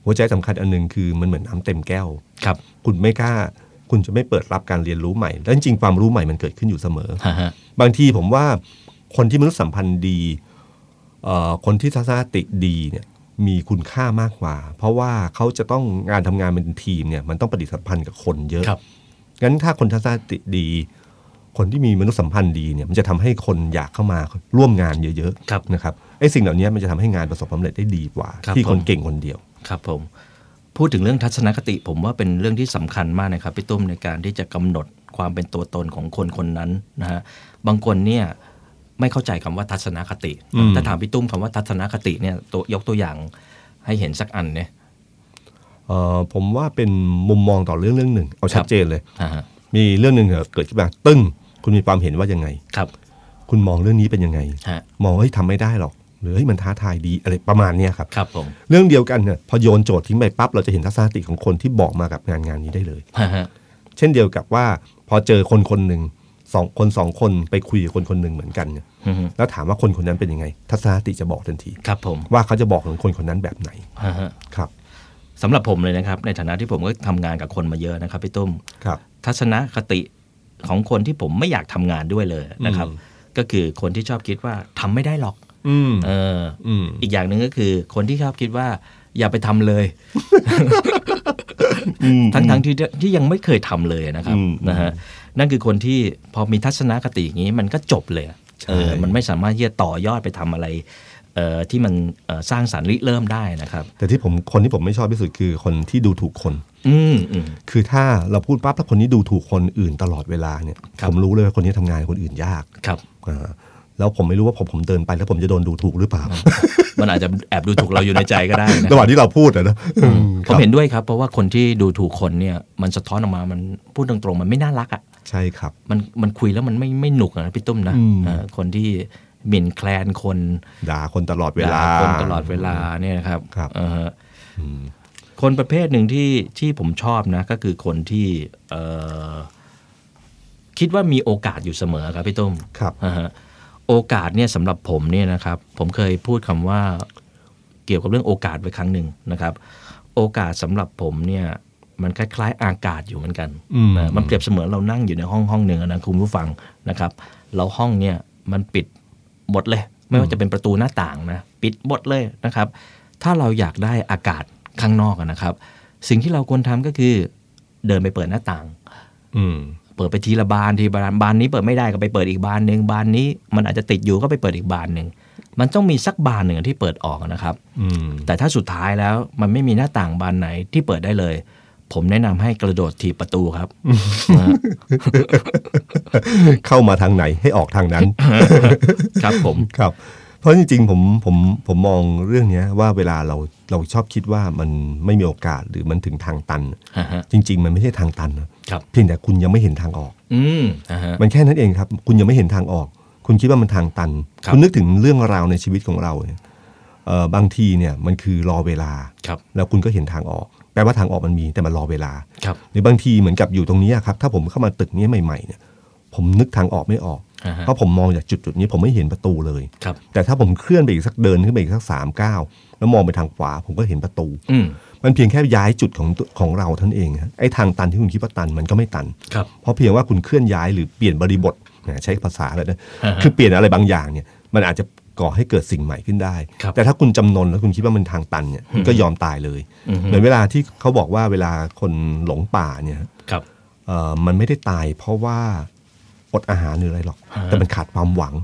หัวใจสำคัญอันหนึงคือมันเหมือนน้ำเต็มแก้ว
ๆ ครับ
คุณไม่กล้า คุณจะไม่เปิดรับการเรียนรู้ใหม่ แล้วจริงๆความรู้ใหม่มันเกิดขึ้นอยู่เสมอ
ฮะฮะ
บางทีผมว่าคนที่มนุษยสัมพันธ์ดีเอ่อคนที่ทัศนคติดีเนี่ยมีคุณค่ามากกว่า เพราะว่าเขาจะต้องงานทำงานเป็นทีมเนี่ยมันต้องปฏิสัมพันธ์กับคนเยอะ
ครับ
งั้นถ้าคนทัศนคติดี คนที่มีมนุษยสัมพันธ์ดีเนี่ยมันจะทำให้คนอยากเข้ามาร่วมงานเยอะ
ครับ
ๆนะครับไอ้สิ่งเหล่านี้มันจะทำให้งานประสบความสำเร็จได้ดีกว่า
ครับ
ที่คน
ผม
เก่งคนเดียว
ครับผมพูดถึงเรื่องทัศนคติ ผมว่าเป็นเรื่องที่สำคัญมากนะครับพี่ตุ้มในการที่จะกำหนดความเป็นตัวตนของคนคนนั้นนะฮะบางคนเนี่ยไม่เข้าใจคำว่าทัศนคติ
อืม
ถ้าถามพี่ตุ้มคำว่าทัศนคติเนี่ยตัวยกตัวอย่างให้เห็นสักอันเนี่ย
เอ่อผมว่าเป็นมุมมองต่อเรื่องเรื่องหนึ่งเอา
ครั
ชัด
บ
เจนเลย
อ่าฮะ
มีเรื่องหนึ่งเกิดขึ้นมาตึ้ง คุณมีความเห็นว่ายังไง
ครับ
คุณมองเรื่องนี้เป็นยังไง
ฮะ
มองว่าเฮ้ยทำไม่ได้หรอกหรือเฮ้ยมันท้าทายดีอะไรประมาณเนี้ยครับ
ครับผม
เรื่องเดียวกันเนี่ยพอโยนโจทย์ทิ้งไปปั๊บเราจะเห็นทัศนคติของคนที่บอกมากับงานงานนี้ได้เลย
ฮะฮะ
เช่นเดียวกับว่า พอเจอคนคนหนึ่งสองคนสองคนไปคุยกับคนคนหนึ่งเหมือนกันเนี่ย
อือฮึ
แล้วถามว่าคนคนนั้นเป็นยังไง ทัศนคติจะบอกทันที
ครับผม
ว่าเขาจะบอกถึงคนคนนั้นแบบไหน
ฮะฮะ
ครับ
สำหรับผมเลยนะครับ ในฐานะที่ผมก็ทำงานกับคนมาเยอะนะครับพี่ตุ้ม
ครับ
ทัศนคติของคนที่ผมไม่อยากทำงานด้วยเลยนะครับ
อืม
ก็คือคนที่ชอบคิดว่าทำไม่ได้หรอก
อืม
เอออ
อืม
อีกอย่างหนึ่งก็คือคนที่ชอบคิดว่า อย่าไปทำ เลย ทั้งทั้งๆที่ที่ยังไม่เคยทำเลยนะครับนะฮะนั่นคือคนที่พอมีทัศนคติอย่างนี้มันก็จบเลยเออมันไม่สามารถที่จะต่อยอดไปทำอะไรเอ่อที่มันเอ่อสร้างสรรค์ริเริ่มได้นะครับ
แต่ที่ผมคนที่ผมไม่ชอบที่สุดคือคนที่ดูถูกคน
อืมอืม
คือถ้าเราพูดปั๊บถ้าคนนี้ดูถูกคนอื่นตลอดเวลาเนี่ย
ครับ
ผมรู้เลยว่าคนนี้ทำงานกับคนอื่นยาก
ครับ
อ่าแล้วผมไม่รู้ว่าผมผมเดินไปแล้วผมจะโดนดูถูกหรือเปล่า
มันอาจจะแอบดูถูกเราอยู่ในใจก็ได้นะ
ระหว่างที่เราพูดอะนะ
ผ
ครั
ม
บ
เห็นด้วยครับ เพราะว่าคนที่ดูถูกคนเนี่ย มันสะท้อนออกมามันพูดตรงๆ มันไม่น่ารักอะ่ะ
ใช่ครับ
มันมันคุยแล้วมันไม่ไม่หนุกอะนะพี่ตุ้มนะ
อืม
เออคนที่หมิ่นแคลนคน
ด่าคนตลอดเวลา
ด่คนตลอดเวลาเนี่ยนะครับ
ครับ
เออฮะคนประเภทหนึ่งที่ที่ผมชอบนะ ก็คือคนที่เออคิดว่ามีโอกาสอยู่เสมอครับพี่ตุ้ม
ครับ
อ่าฮะโอกาสเนี่ยสำหรับผมเนี่ยนะครับ ผมเคยพูดคำว่า เกี่ยวกับเรื่องโอกาสไปครั้งหนึ่งนะครับ โอกาสสำหรับผมเนี่ยมันคล้ายๆอากาศอยู่เหมือนกัน
อืม
นะมันเปรียบเสมือนเรานั่งอยู่ในห้องห้องหนึ่งอะนะคุณผู้ฟังนะครับแล้วห้องเนี่ยมันปิดหมดเลย ไม่ว่าจะเป็นประตูหน้าต่างนะปิดหมดเลยนะครับ ถ้าเราอยากได้อากาศข้างนอกอะนะครับ สิ่งที่เราควรทำก็คือเดินไปเปิดหน้าต่าง
อืม
เปิดไปทีละบานทีละบานบานนี้เปิดไม่ได้ก็ไปเปิดอีกบานหนึ่งบานนี้ มันอาจจะติดอยู่ก็ไปเปิดอีกบานหนึ่งมันต้องมีสักบานหนึ่งที่เปิดออกนะครับ
อืม
แต่ถ้าสุดท้ายแล้วมันไม่มีหน้าต่างบานไหนที่เปิดได้เลย ผมแนะนำให้กระโดดถีบประตูครับ นะฮะ
เข้ามาทางไหนให้ออกทางนั้น
ครับผม
ครับ เพราะจริงๆผมผมผมมองเรื่องเนี้ยว่าเวลาเราเราชอบคิดว่ามันไม่มีโอกาสหรือมันถึงทางตัน
ฮะฮะ
จริง ๆ มันไม่ใช่ทางตันนะครับ เพียงแต่คุณยังไม่เห็นทางออก
อืมนะฮะ
มันแค่นั้นเองครับ คุณยังไม่เห็นทางออก คุณคิดว่ามันทางตัน
ครับ
คุณนึกถึงเรื่องราวในชีวิตของเราเนี่ยเอ่อบางทีเนี่ยมันคือรอเวลา
ครับ
แล้วคุณก็เห็นทางออก แปลว่าทางออกมันมีแต่มันรอเวลา
ครับ
หรือบางทีเหมือนกับอยู่ตรงเนี้ยครับ ถ้าผมเข้ามาตึกเนี้ยใหม่ๆเนี่ยผมนึกทางออกไม่ออก
อ่าฮะ
เพราะผมมองจากจุดจุดๆนี้ผมไม่เห็นประตูเลย
ครับ
แต่ถ้าผมเคลื่อนไปอีกสักเดินขึ้นไปอีกสักสามก้าวแล้วมองไปทางขวา ผมก็เห็นประตู
อืม
มันเพียงแค่ย้ายจุดของตัวของเราท่านเองฮะไอ้ทางตันที่คุณคิดว่าตันมันก็ไม่ตัน
ครับ
เพราะเพียงว่าคุณเคลื่อนย้ายหรือเปลี่ยนบริบทนะใช้ภาษาแล้วนะ
อ่าฮะ
คือเปลี่ยนอะไรบางอย่างเนี่ยมันอาจจะก่อให้เกิดสิ่งใหม่ขึ้นได้
ครับ
แต่ถ้าคุณจำนนแล้วคุณคิดว่ามันทางตันเนี่ยคุณก็ยอมตายเลย
อือฮึ
เหมือนเวลาที่เขาบอกว่าเวลาคนหลงป่าเนี่ย
ครับ
เอ่อมันไม่ได้ตายเพราะว่าอดอาหารหรืออะไรหรอก
อ่าฮะ
แต่มันขาดความหวัง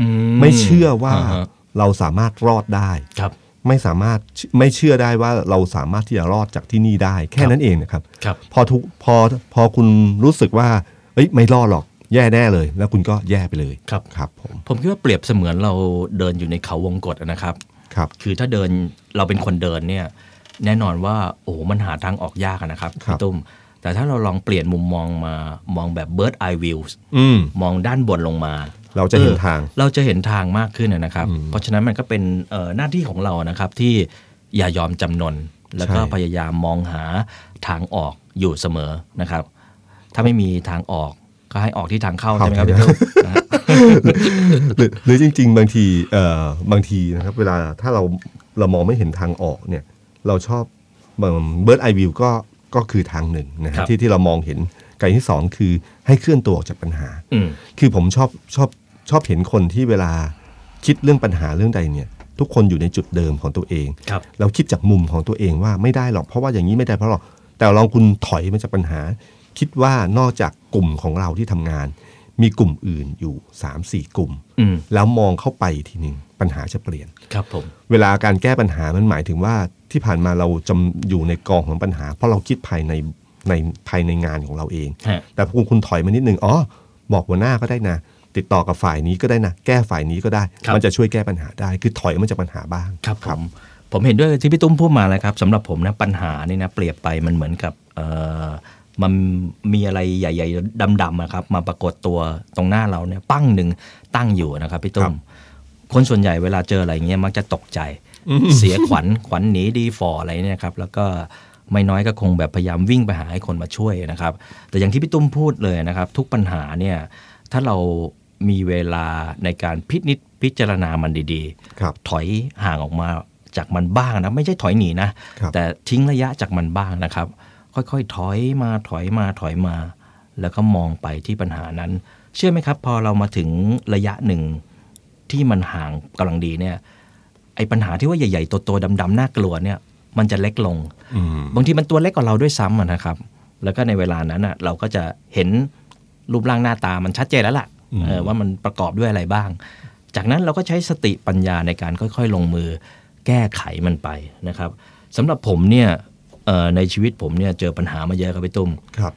อื
ไม่เชื่อว่า
ฮะ
เราสามารถรอดได้
ครับ
ไม่สามารถไม่เชื่อได้ว่าเราสามารถที่จะรอดจากที่นี่ได้ แค่นั้นเองนะครับ
ครับ
พอทุกพอพอคุณรู้สึกว่าเอ้ยไม่รอดหรอกแย่แน่เลย แล้วคุณก็แย่ไปเลย
ครับ
ครับผม
ผมคิดว่าเปรียบเสมือนเราเดินอยู่ในเขาวงกฏอะนะครับ
ครับ
คือถ้าเดินเราเป็นคนเดินเนี่ยแน่นอนว่าโอ้โหมันหาทางออกยากอะนะครับ
ครั
พี่
บ
ตุ้ม แต่ถ้าเราลองเปลี่ยนมุมมองมามองแบบ bird eye view
อืม
มองด้านบนลงมา
เราจะเห็น
ออ
ทาง
เราจะเห็นทางมากขึ้นอะนะครับ เพราะฉะนั้นมันก็เป็นเอ่อหน้าที่ของเรานะครับที่อย่ายอมจำนน แล้วก็
ใช่
พยายามมองหาทางออกอยู่เสมอนะครับ ถ้าไม่มีทางออกก็ให้ออกที่ทางเข้าใช่ไหมครับพี่ตุ้ม นะฮะ
หรือหรือจริง ๆ บางทีเอ่อบางทีนะครับ เวลาถ้าเราเรามองไม่เห็นทางออกเนี่ย เราชอบเบิร์ดไอวิวก็ก็คือทางหนึ่งนะค
ครั
รับบ ที่ที่เรามองเห็นกับอย่างที่สองคือให้เคลื่อนตัวออกจากปัญหา
อืม
คือผมชอบชอบชอบเห็นคนที่เวลาคิดเรื่องปัญหาเรื่องใดเนี่ย ทุกคนอยู่ในจุดเดิมของตัวเอง
ครับ
เราคิดจากมุมของตัวเองว่าไม่ได้หรอกเพราะว่าอย่างนี้ไม่ได้เพราะหรอกแต่ลองคุณถอยมาจากปัญหา คิดว่านอกจากกลุ่มของเราที่ทำงาน มีกลุ่มอื่นอยู่3ามสี่กลุ่ม
อืม
แล้วมองเข้าไปทีหนึ่งปัญหาจะเปลี่ยน
ครับผม
เวลาการแก้ปัญหามันหมายถึงว่าที่ผ่านมาเราจำอยู่ในกองของปัญหา เพราะเราคิดภายในในภายในงานของเราเอง
ฮะ
แต่พอคุณถอยมานิดนึงอ๋อบอกหัวหน้าก็ได้นะ ติดต่อกับฝ่ายนี้ก็ได้นะ แก้ฝ่ายนี้ก็ได้
ครับ
มันจะช่วยแก้ปัญหาได้ คือถอยมาจากปัญหาบ้าง
ครับผมผมเห็นด้วยที่พี่ตุ้มพูดมาเลยครับสำหรับผมนะปัญหานี่นะเปรียบไปมันเหมือนกับเอ่อมันมีอะไรใหญ่ ๆดำๆนะครับ มาปรากฏตัวตรงหน้าเราเนี่ยปั้งหนึ่งตั้งอยู่นะครับพี่ตุ้
ครั
ม
บ
คนส่วนใหญ่เวลาเจออะไรอย่างเงี้ยมักจะตกใจ เสียขวัญ ขวัญหนีดีฟออะไรเนี่ยครับแล้วก็ไม่น้อยก็คงแบบพยายามวิ่งไปหาให้คนมาช่วยนะครับ แต่อย่างที่พี่ตุ้มพูดเลยนะครับ ทุกปัญหาเนี่ยถ้าเรามีเวลาในการพินิจพิจารณามันดีๆ
ครับ
ถอยห่างออกมาจากมันบ้างนะ ไม่ใช่ถอยหนีนะ
ครับ
แต่ทิ้งระยะจากมันบ้างนะครับ ค่อยๆ ถอยมาถอยมาถอยมา แล้วก็มองไปที่ปัญหานั้น เชื่อไหมครับ พอเรามาถึงระยะหนึ่งที่มันห่างกำลังดีเนี่ยไอ้ปัญหาที่ว่าใหญ่ๆโตๆดำๆน่ากลัวเนี่ย มันจะเล็กลง
อืม
บางทีมันตัวเล็กกว่าเราด้วยซ้ำอะนะครับ แล้วก็ในเวลานั้นอ่ะเราก็จะเห็นรูปร่างหน้าตามันชัดเจนแล้วล่ะ
อืม
เออว่ามันประกอบด้วยอะไรบ้าง จากนั้นเราก็ใช้สติปัญญาในการค่อยๆ ลงมือแก้ไขมันไปนะครับสำหรับผมเนี่ยเอ่อในชีวิตผมเนี่ยเจอปัญหามาเยอะครับพี่ตุ้ม
ครับ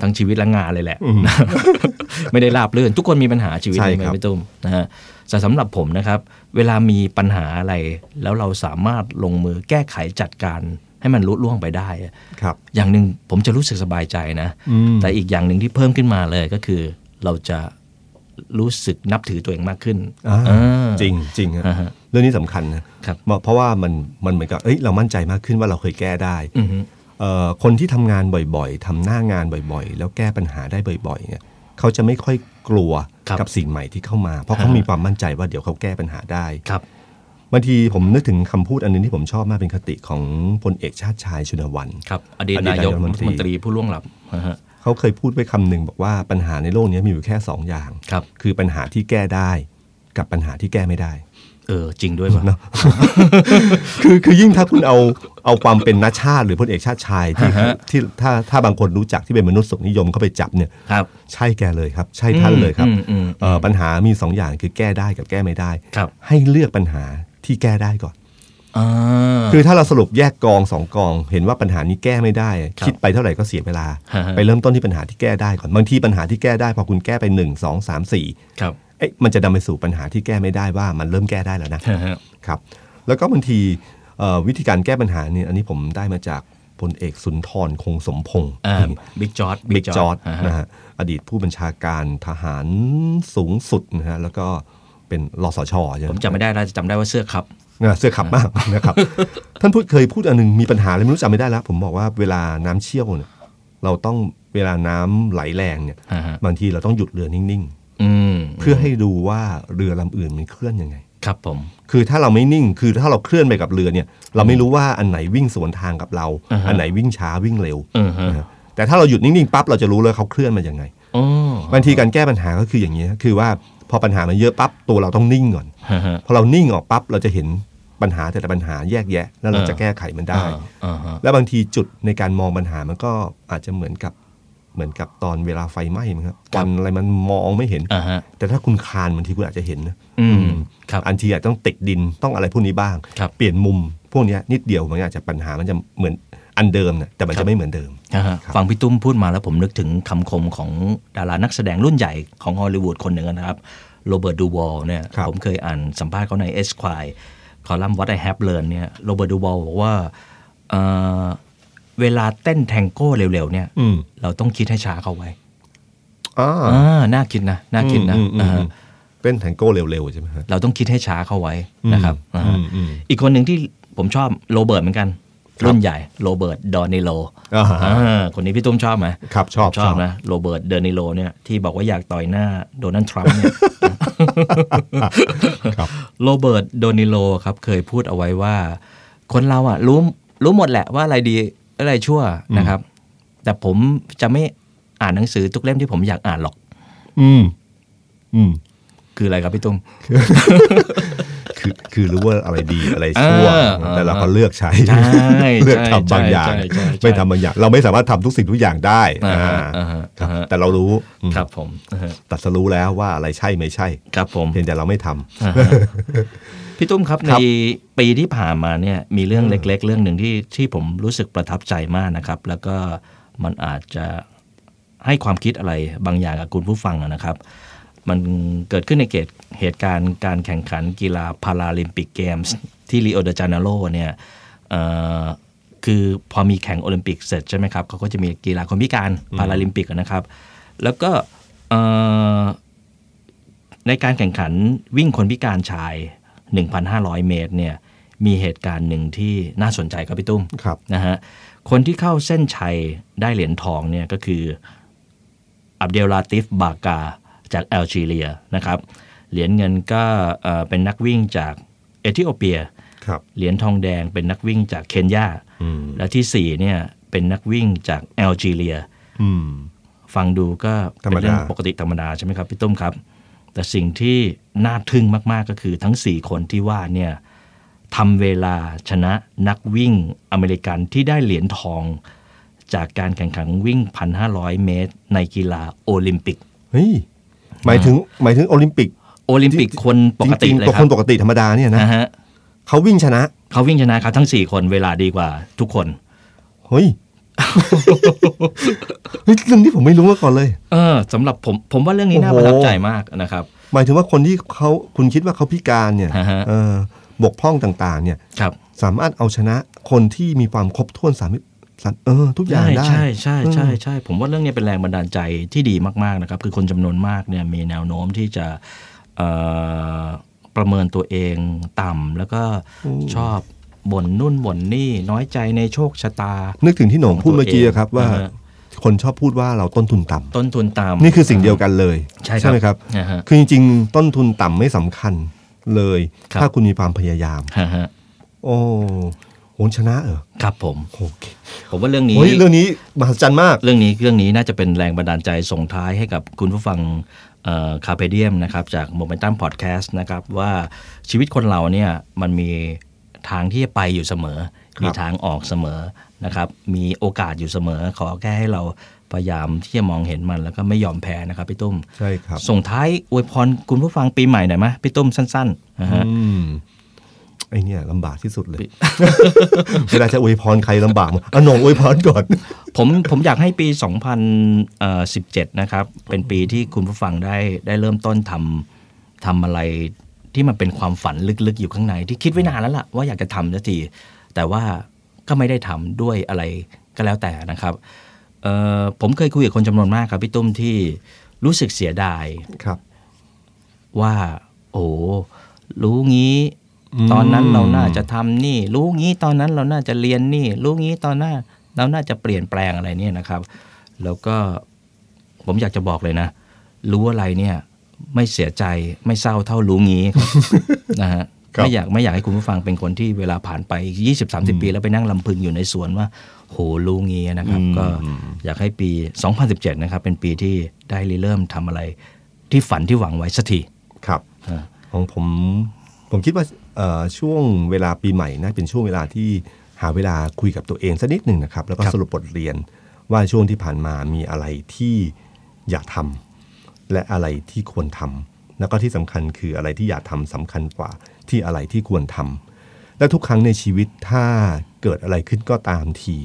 ทั้งชีวิตและงานเลยแหละ ไม่ได้ราบเรื่นทุกคนมีปัญหาชีวิต
ใช่
นี้ไหม
ครับ
พี่ตุ้มนะฮะแต่สำหรับผมนะครับ เวลามีปัญหาอะไร แล้วเราสามารถลงมือแก้ไขจัดการให้มันลุล่วงไปได้
ครับ
อย่างหนึ่งผมจะรู้สึกสบายใจนะ
อืม
แต่อีกอย่างหนึ่งที่เพิ่มขึ้นมาเลยก็คือ เราจะรู้สึกนับถือตัวเองมากขึ้น
อ่า
เออ
จริงจริงฮะ
อ่าฮะ
เรื่องนี้สำคัญนะครับ เพราะว่ามันมันเหมือนกับเอ้ยเรามั่นใจมากขึ้นว่าเราเคยแก้ได้
อือฮึ
เอ่อคนที่ทำงานบ่อยๆทำหน้างานบ่อยๆ แล้วแก้ปัญหาได้บ่อยๆเนี่ยเขาจะไม่ค่อยกลัว
ครับ
กับสิ่งใหม่ที่เข้ามา เพราะเขา
อ่าฮะ
มีความมั่นใจว่าเดี๋ยวเขาแก้ปัญหาได้
ครับ
บางทีผมนึกถึงคำพูดอันหนึงที่ผมชอบมากเป็นคติของพลเอกชาติชายชุนวัน
ครับ อดีต
อดีต
นายก
นายกรัฐม
รั
นต
ฐ
รี
มนตรีผู้ล่วงลับนะฮะ
เขาเคยพูดไว้คำหนึ่งบอกว่าปัญหาในโลกนี้มีอยู่แค่สองอย่าง
ครับ
คือปัญหาที่แก้ได้ กับปัญหาที่แก้ไม่ได้
เออ จริงด้วยป่ะ
เนอะคือคือยิ่งถ้าคุณเอาเอาความเป็นนัชชาติ หรือพลเอกชาติชายที่
ฮะฮะ
ที่ถ้าถ้าบางคนรู้จักที่เป็นมนุษย์สุขนิยมเข้าไปจับเนี่ย
ครับ
ใช่แกเลยครับ ใช่ท่านเลยครับ
อืมอืมอืม
เอ่อปัญหามีสองอย่างคือแก้ได้กับแก้ไม่ได้
ครับ
ให้เลือกปัญหาที่แก้ได้ก่อน
อ่า
คือถ้าเราสรุปแยกกองสองกอง เห็นว่าปัญหานี้แก้ไม่ได้
ครับ
คิดไปเท่าไหร่ก็เสียเวลา
ฮะฮะ
ไปเริ่มต้นที่ปัญหาที่แก้ได้ก่อนบางทีปัญหาที่แก้ได้พอคุณแก้ไปหนึ่งสองสามสี่
ครับ
เอ๊ะมันจะนำไปสู่ปัญหาที่แก้ไม่ได้ว่ามันเริ่มแก้ได้แล้วนะ
ฮะฮะ
ครับแล้วก็บางทีเอ่อวิธีการแก้ปัญหาเนี่ยอันนี้ผมได้มาจากพลเอกสุนทรคงสมพงศ์
อ่าบิ๊กจอร์ด
บิ๊กจอร์ด
นะ
นะ
ฮะ
ฮะอดีตผู้บัญชาการทหารสูงสุดนะฮะแล้วก็เป็นรสชใช่ไหม
ผมจำไม่ได้แล้วจำได้ว่าเสื้อครับ
นะเสื้อขับ บ้าง นะครับ ท่านพูดเคยพูดอันหนึงมีปัญหาอะไรไม่รู้จำไม่ได้แล้ว ผมบอกว่าเวลาน้ำเชี่ยวเนี่ยเราต้องเวลาน้ำไหลแรงเนี่ย
อ่าฮะ
บางทีเราต้องหยุดเรือนิ่ง
อืม
ๆ เพื่อให้ดูว่าเรือลำอื่นมันเคลื่อนยังไง
ครับผม
คือถ้าเราไม่นิ่งคือถ้าเราเคลื่อนไปกับเรือเนี่ย เราไม่รู้ว่าอันไหนวิ่งสวนทางกับเรา
อ่าฮะ
อันไหนวิ่งช้าวิ่งเร็ว
อือฮะ
นะฮะแต่ถ้าเราหยุดนิ่งๆปั๊บเราจะรู้เลยเขาเคลื่อนมายังไง
อ๋อบ
างทีการแก้ปัญหาก็คืออย่างนี้นะคือว่าพอปัญหามันเยอะปั๊บตัวเราต้องนิ่งก่อน
ฮะฮะ
พอเรานิ่งออกปั๊บเราจะเห็นปัญหาแต่ละปัญหาแยกแยะ แล้วเรา
เออ
จะแก้ไขมันได้
อ่าอ่าฮะ
และบางทีจุดในการมองปัญหามันก็อาจจะเหมือนกับเหมือนกับตอนเวลาไฟไหม้มั้งครับตอนอะไรมันมองไม่เห็น
อ่าฮะ
แต่ถ้าคุณคลานบางทีคุณอาจจะเห็นนะ
อืม
อืม
ครับ
อันทีอาจต้องติดดินต้องอะไรพวกนี้บ้าง
ครับ
เปลี่ยนมุมพวกเนี้ยนิดเดียวมันอาจจะปัญหามันจะเหมือนอันเดิมนะแต่มันจะไม่เหมือนเดิม
นะฮะ
ครับ
ฟังพี่ตุ้มพูดมาแล้วผมนึกถึงคำคมของดารานักแสดงรุ่นใหญ่ของฮอลลีวูดคนหนึ่งนะครับโรเบิร์ตดูวอลเนี่ย
ครับ
ผมเคยอ่านสัมภาษณ์เขาในเอสควายคอลัมน์ What I Have Learned เนี่ยโรเบิร์ตดูวอลบอกว่าเอ่อเวลาเต้นแทงโก้เร็วๆเนี่ย
อืม
เราต้องคิดให้ช้าเข้าไว้
อ่า
อ่าน่าคิดนะน่าคิดนะ
อืมอืม
อ่า
อื
ฮะ
มเป็นแทงโก้เร็วๆใช่ไหมฮะ
เราต้องคิดให้ช้าเข้าไว้นะครับอ่าฮะ
อืมอืม
อีกคนหนึ่งที่ผมชอบโรเบิร์ตเหมือนกัน
ครับ
รุ่นใหญ่โรเบิร์ตดอนิโล
อ่าฮะ
อ่าคนนี้พี่ตุ้มชอบไหม
ครับชอบ
ชอบนะโรเบิร์ตเดอนิโลเนี่ยที่บอกว่าอยากต่อยหน้าโดนัลด์ทรัมป์เนี่ย
ครับ
โรเบิร์ตเดอนิโลครับเคยพูดเอาไว้ว่า คนเราอ่ะรู้รู้หมดแหละว่าอะไรดีอะไรชั่วนะครับ แต่ผมจะไม่อ่านหนังสือทุกเล่มที่ผมอยากอ่านหรอก
อืม อืม
คืออะไรครับพี่ตุ้ม
คือคือรู้ว่าอะไรดีอะไรชั่ว
เออเออ
แต่เราก็เลือกใช้
ใช่
เลือกทำบางอย่าง
ใช่ใช่ใช่
ไม่ทำบางอย่าง เราไม่สามารถทำทุกสิ่งทุกอย่างได้
อ่าฮะ
อ่า
อ่าฮะ
ครับ
อ่าฮะ
แต่เรารู้อืม
ครับผมอ่าฮะ
ตัดสรู้แล้วว่าอะไรใช่ไม่ใช่
ครับผม
เพียงแต่เราไม่ทำ
อ่าฮะพี่ตุ้มครับ
ค
ใน
รับ
ปีที่ผ่านมาเนี่ยมีเรื่องเล็ก ๆ เรื่องหนึ่งที่ที่ผมรู้สึกประทับใจมากนะครับ แล้วก็มันอาจจะให้ความคิดอะไรบางอย่างกับคุณผู้ฟังอะนะครับ มันเกิดขึ้นในเกตเหตุการณ์การแข่งขันกีฬาพาราลิมปิกเกมส์ที่ริโอเดจาเนโรเนี่ยเอ่อคือพอมีแข่งโอลิมปิกเสร็จใช่ไหมครับเขาก็จะมีกีฬาคนพิการพาราลิมปิกอะนะครับ แล้วก็เอ่อ ในการแข่งขันวิ่งคนพิการชาย 1,500 เมตรเนี่ยมีเหตุการณ์หนึ่งที่น่าสนใจครับพี่ตุ้ม
ครับ
นะฮะคนที่เข้าเส้นชัยได้เหรียญทองเนี่ยก็คืออับเดลลาติฟบากาจากแอลจีเรียนะครับเหรียญเงินก็เอ่อเป็นนักวิ่งจากเอธิโอเปีย
ครับ
เหรียญทองแดงเป็นนักวิ่งจากเคนยาและที่สี่เนี่ยเป็นนักวิ่งจากแอลจีเรีย
อืม
ฟังดูก็
ธรรม
เป็น
ดา
เรื่องปกติธรรมดาใช่ไหมครับพี่ตุ้มครับ แต่สิ่งที่น่าทึ่งมาก ๆ ก็คือทั้ง 4 คนที่ว่าเนี่ยทำเวลาชนะนักวิ่งอเมริกันที่ได้เหรียญทอง จากการแข่งขันวิ่ง 1,500 เมตร ในกีฬาโอลิมปิก
เฮ้ยหมายถึงหมายถึงโอลิมปิก
โอลิมปิกคนปกติ
จริง
เลย
ๆตัว
ค
ค
รั
น
บ
ปกติธรรมดาเนี่ยนะ
นะฮะ
เขาวิ่งชนะ
เขาวิ่งชนะครับทั้ง 4 คนเวลาดีกว่าทุกคน
เฮ้ยเฮ้ยเรื่องนี้ผมไม่รู้มาก่อนเลย
เออสำหรับผมผมว่าเรื่องนี้น่าประทับใจมากนะครับ
หมายถึงว่าคนที่เขาคุณคิดว่าเขาพิการเนี่ย
อ่าฮะ
เออบกพร่องต่างๆ เนี่ย
ครับ
สามารถเอาชนะคนที่มีความครบถ้วนสามมิสามเออ ทุกอย่างได้
ใช่ใช่ใช่ใช่ใช่ผมว่าเรื่องนี้เป็นแรงบันดาลใจที่ดีมาก ๆ นะครับ คือคนจำนวนมากเนี่ยมีแนวโน้มที่จะเอ่อประเมินตัวเองต่ำแล้วก็ชอบบ่นนุ่นบ่นนี่น้อยใจในโชคชะตา
นึกถึงที่หนงพูดเมื่อกี้อะครับ ว่า
อ่าฮะ
คนชอบพูดว่าเราต้นทุนต่ำ
ต้นทุนต่ำ
นี่คือสิ่งเดียวกันเลย
ใช่ครับ
ไหมครับ
อ่าฮะ
คือจริงๆ ต้นทุนต่ำไม่สำคัญเลย
ครับ
ถ้าคุณมีความพยายาม
ฮะฮะ
โอ้โหชนะเหรอ
ครับผม
โอเค
ผมว่าเรื่องนี้
เฮ้ยเรื่องนี้มหัศจรรย์มาก
เรื่องนี้เรื่องนี้น่าจะเป็นแรงบันดาลใจส่งท้ายให้กับคุณผู้ฟังคาเ p เดียมนะครับจาก Momentum Podcast นะครับว่าชีวิตคนเราเนี่ยมันมีทางที่จะไปอยู่เสมอ มีทางออกเสมอนะครับมีโอกาสอยู่เสมอ ขอแค่ให้เราพยายามที่จะมองเห็นมันแล้วก็ไม่ยอมแพ้นะครับพี่ตุ้ม
ใช่ครับ
ส่งท้ายอวยพรคุณผู้ฟังปีใหม่หน่อยไหมพี่ตุ้มสั้นๆนะฮะ
อืมไอเนี่ยลำบากที่สุดเลย เวลาจะอวยพรใครลำบากมั้งอ่ะหนงอวยพรก่อน
ผมผมอยากให้ปี 2017 นะครับ เป็นปีที่คุณผู้ฟังได้ได้เริ่มต้นทำทำอะไรที่มันเป็นความฝันลึกๆ อยู่ข้างใน ที่คิดไว้นานแล้วล่ะว่าอยากจะทำสักที แต่ว่าก็ไม่ได้ทำด้วยอะไรก็แล้วแต่นะครับเอ่อผมเคยคุยกับคนจำนวนมากครับพี่ตุ้มที่รู้สึกเสียดาย
ครับ
ว่า โอ้รู้งี้ ตอนนั้นเราน่าจะทำนี่ รู้งี้ตอนนั้นเราน่าจะเรียนนี่ รู้งี้ตอนหน้า เราน่าจะเปลี่ยนแปลงอะไรเนี่ยนะครับ แล้วก็ผมอยากจะบอกเลยนะ รู้อะไรเนี่ย ไม่เสียใจไม่เศร้าเท่ารู้ งี้ครับ นะฮะ
ครับ
ไม่อยากไม่อยากให้คุณผู้ฟังเป็นคนที่เวลาผ่านไป 20 30 ปีแล้วไปนั่งลำพึงอยู่ในสวนว่า โหรู้งี้นะครับ ก็อยากให้ปี 2017 นะครับ เป็นปีที่ได้ริเริ่มทำอะไร ที่ฝันที่หวังไว้สักที
ครับ
ฮะ
ของผมผมคิดว่าเอ่อช่วงเวลาปีใหม่น่าเป็นช่วงเวลาที่หาเวลาคุยกับตัวเองสักนิดหนึ่งนะครับ แล้วก็สรุปบทเรียนว่าช่วงที่ผ่านมามีอะไรที่อยากทำและอะไรที่ควรทำแล้วก็ที่สำคัญคืออะไรที่อยากทำสำคัญกว่าที่อะไรที่ควรทำและทุกครั้งในชีวิตถ้าเกิดอะไรขึ้นก็ตามที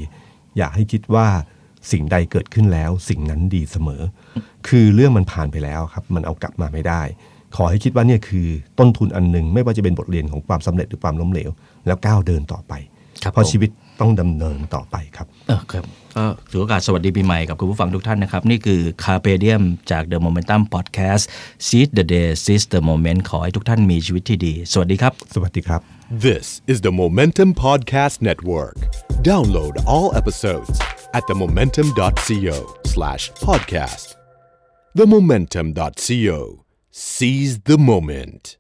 อยากให้คิดว่าสิ่งใดเกิดขึ้นแล้ว สิ่งนั้นดีเสมอ คือเรื่องมันผ่านไปแล้วครับ มันเอากลับมาไม่ได้ ขอให้คิดว่าเนี่ยคือต้นทุนอันหนึ่งไม่ว่าจะเป็นบทเรียนของความสำเร็จหรือความล้มเหลว แล้วก้าวเดินต่อไป
ครับ
เพราะ
ผม
ชีวิตต้องดำเนินต่อไปครับ
เออครับก็ถือโอกาสสวัสดีปีใหม่กับคุณผู้ฟังทุกท่านนะครับ นี่คือคาเปเดียมจาก The Momentum Podcast Seize the Day Seize the Moment ขอให้ทุกท่านมีชีวิตที่ดี สวัสดีครับ
สวัสดีครับ
This is the Momentum Podcast Network. Download all episodes at themomentum.co slash podcast. Themomentum.co. Seize the moment.